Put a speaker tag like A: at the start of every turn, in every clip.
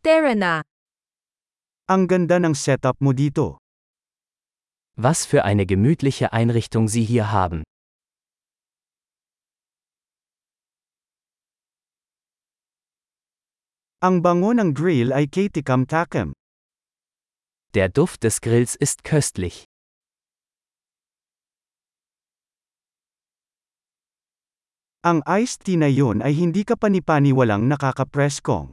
A: Tara na.
B: Ang ganda ng setup mo dito.
C: Was für eine gemütliche Einrichtung Sie hier haben.
B: Ang bango ng grill ay ketikam takem.
C: Der Duft des Grills ist köstlich.
B: Ang iced tea na yun ay hindi ka panipaniwalang nakakapreskong.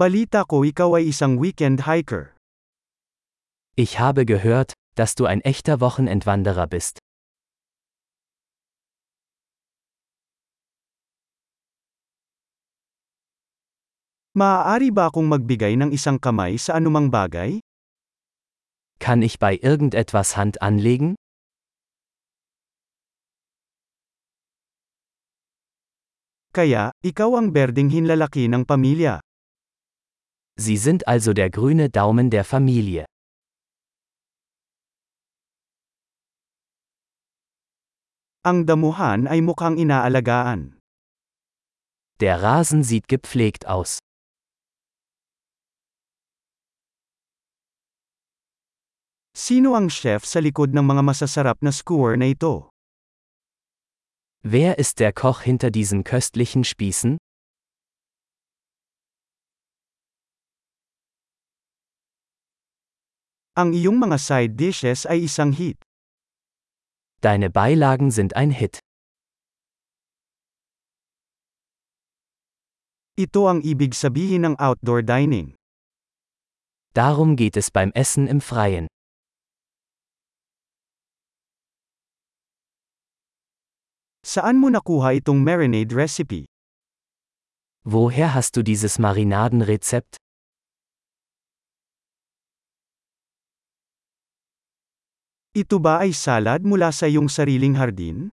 B: Balita ko ikaw ay isang weekend hiker.
C: Ich habe gehört, dass du ein echter Wochenendwanderer bist.
B: Maaari ba akong magbigay ng isang kamay sa anumang bagay?
C: Kann ich bei irgendetwas Hand anlegen?
B: Kaya, ikaw ang berding hinlalaki ng pamilya.
C: Sie sind also der grüne Daumen der Familie.
B: Ang damuhan ay mukhang inaalagaan.
C: Der Rasen sieht gepflegt aus.
B: Sino ang chef sa likod ng mga masasarap na skewer na ito?
C: Wer ist der Koch hinter diesen köstlichen Spießen?
B: Ang iyong mga side dishes ay isang hit.
C: Deine Beilagen sind ein Hit.
B: Ito ang ibig sabihin ng outdoor dining.
C: Darum geht es beim Essen im Freien.
B: Saan mo nakuha itong marinade recipe?
C: Woher hast du dieses Marinadenrezept?
B: Ito ba ay salad mula sa iyong sariling hardin?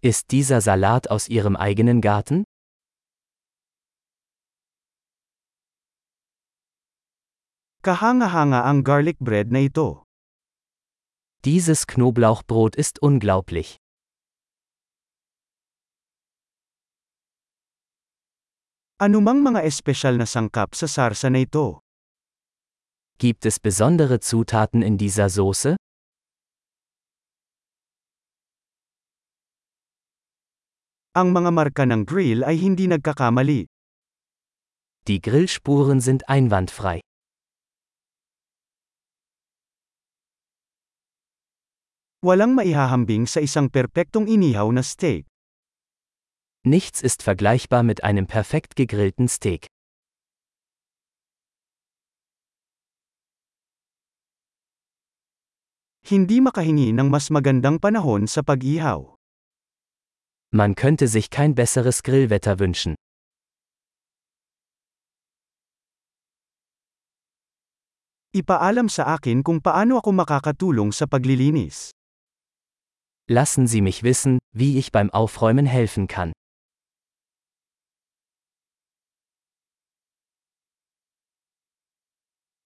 C: Ist dieser Salat aus Ihrem eigenen Garten?
B: Kahanga-hanga ang garlic bread na ito.
C: Dieses Knoblauchbrot ist unglaublich.
B: Anumang mga espesyal na sangkap sa sarsa na ito?
C: Gibt es besondere Zutaten in dieser Soße?
B: Ang mga marka ng grill ay hindi nagkakamali.
C: Die Grillspuren sind einwandfrei.
B: Walang maihahambing sa isang perpektong inihaw na steak.
C: Nichts ist vergleichbar mit einem perfekt gegrillten Steak.
B: Hindi makahingi ng mas magandang panahon sa pag-ihaw.
C: Man könnte sich kein besseres Grillwetter wünschen.
B: Ipaalam sa akin kung paano ako makakatulong sa paglilinis.
C: Lassen Sie mich wissen, wie ich beim Aufräumen helfen kann.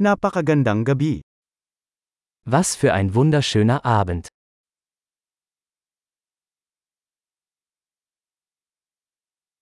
B: Napakagandang gabi.
C: Was für ein wunderschöner Abend.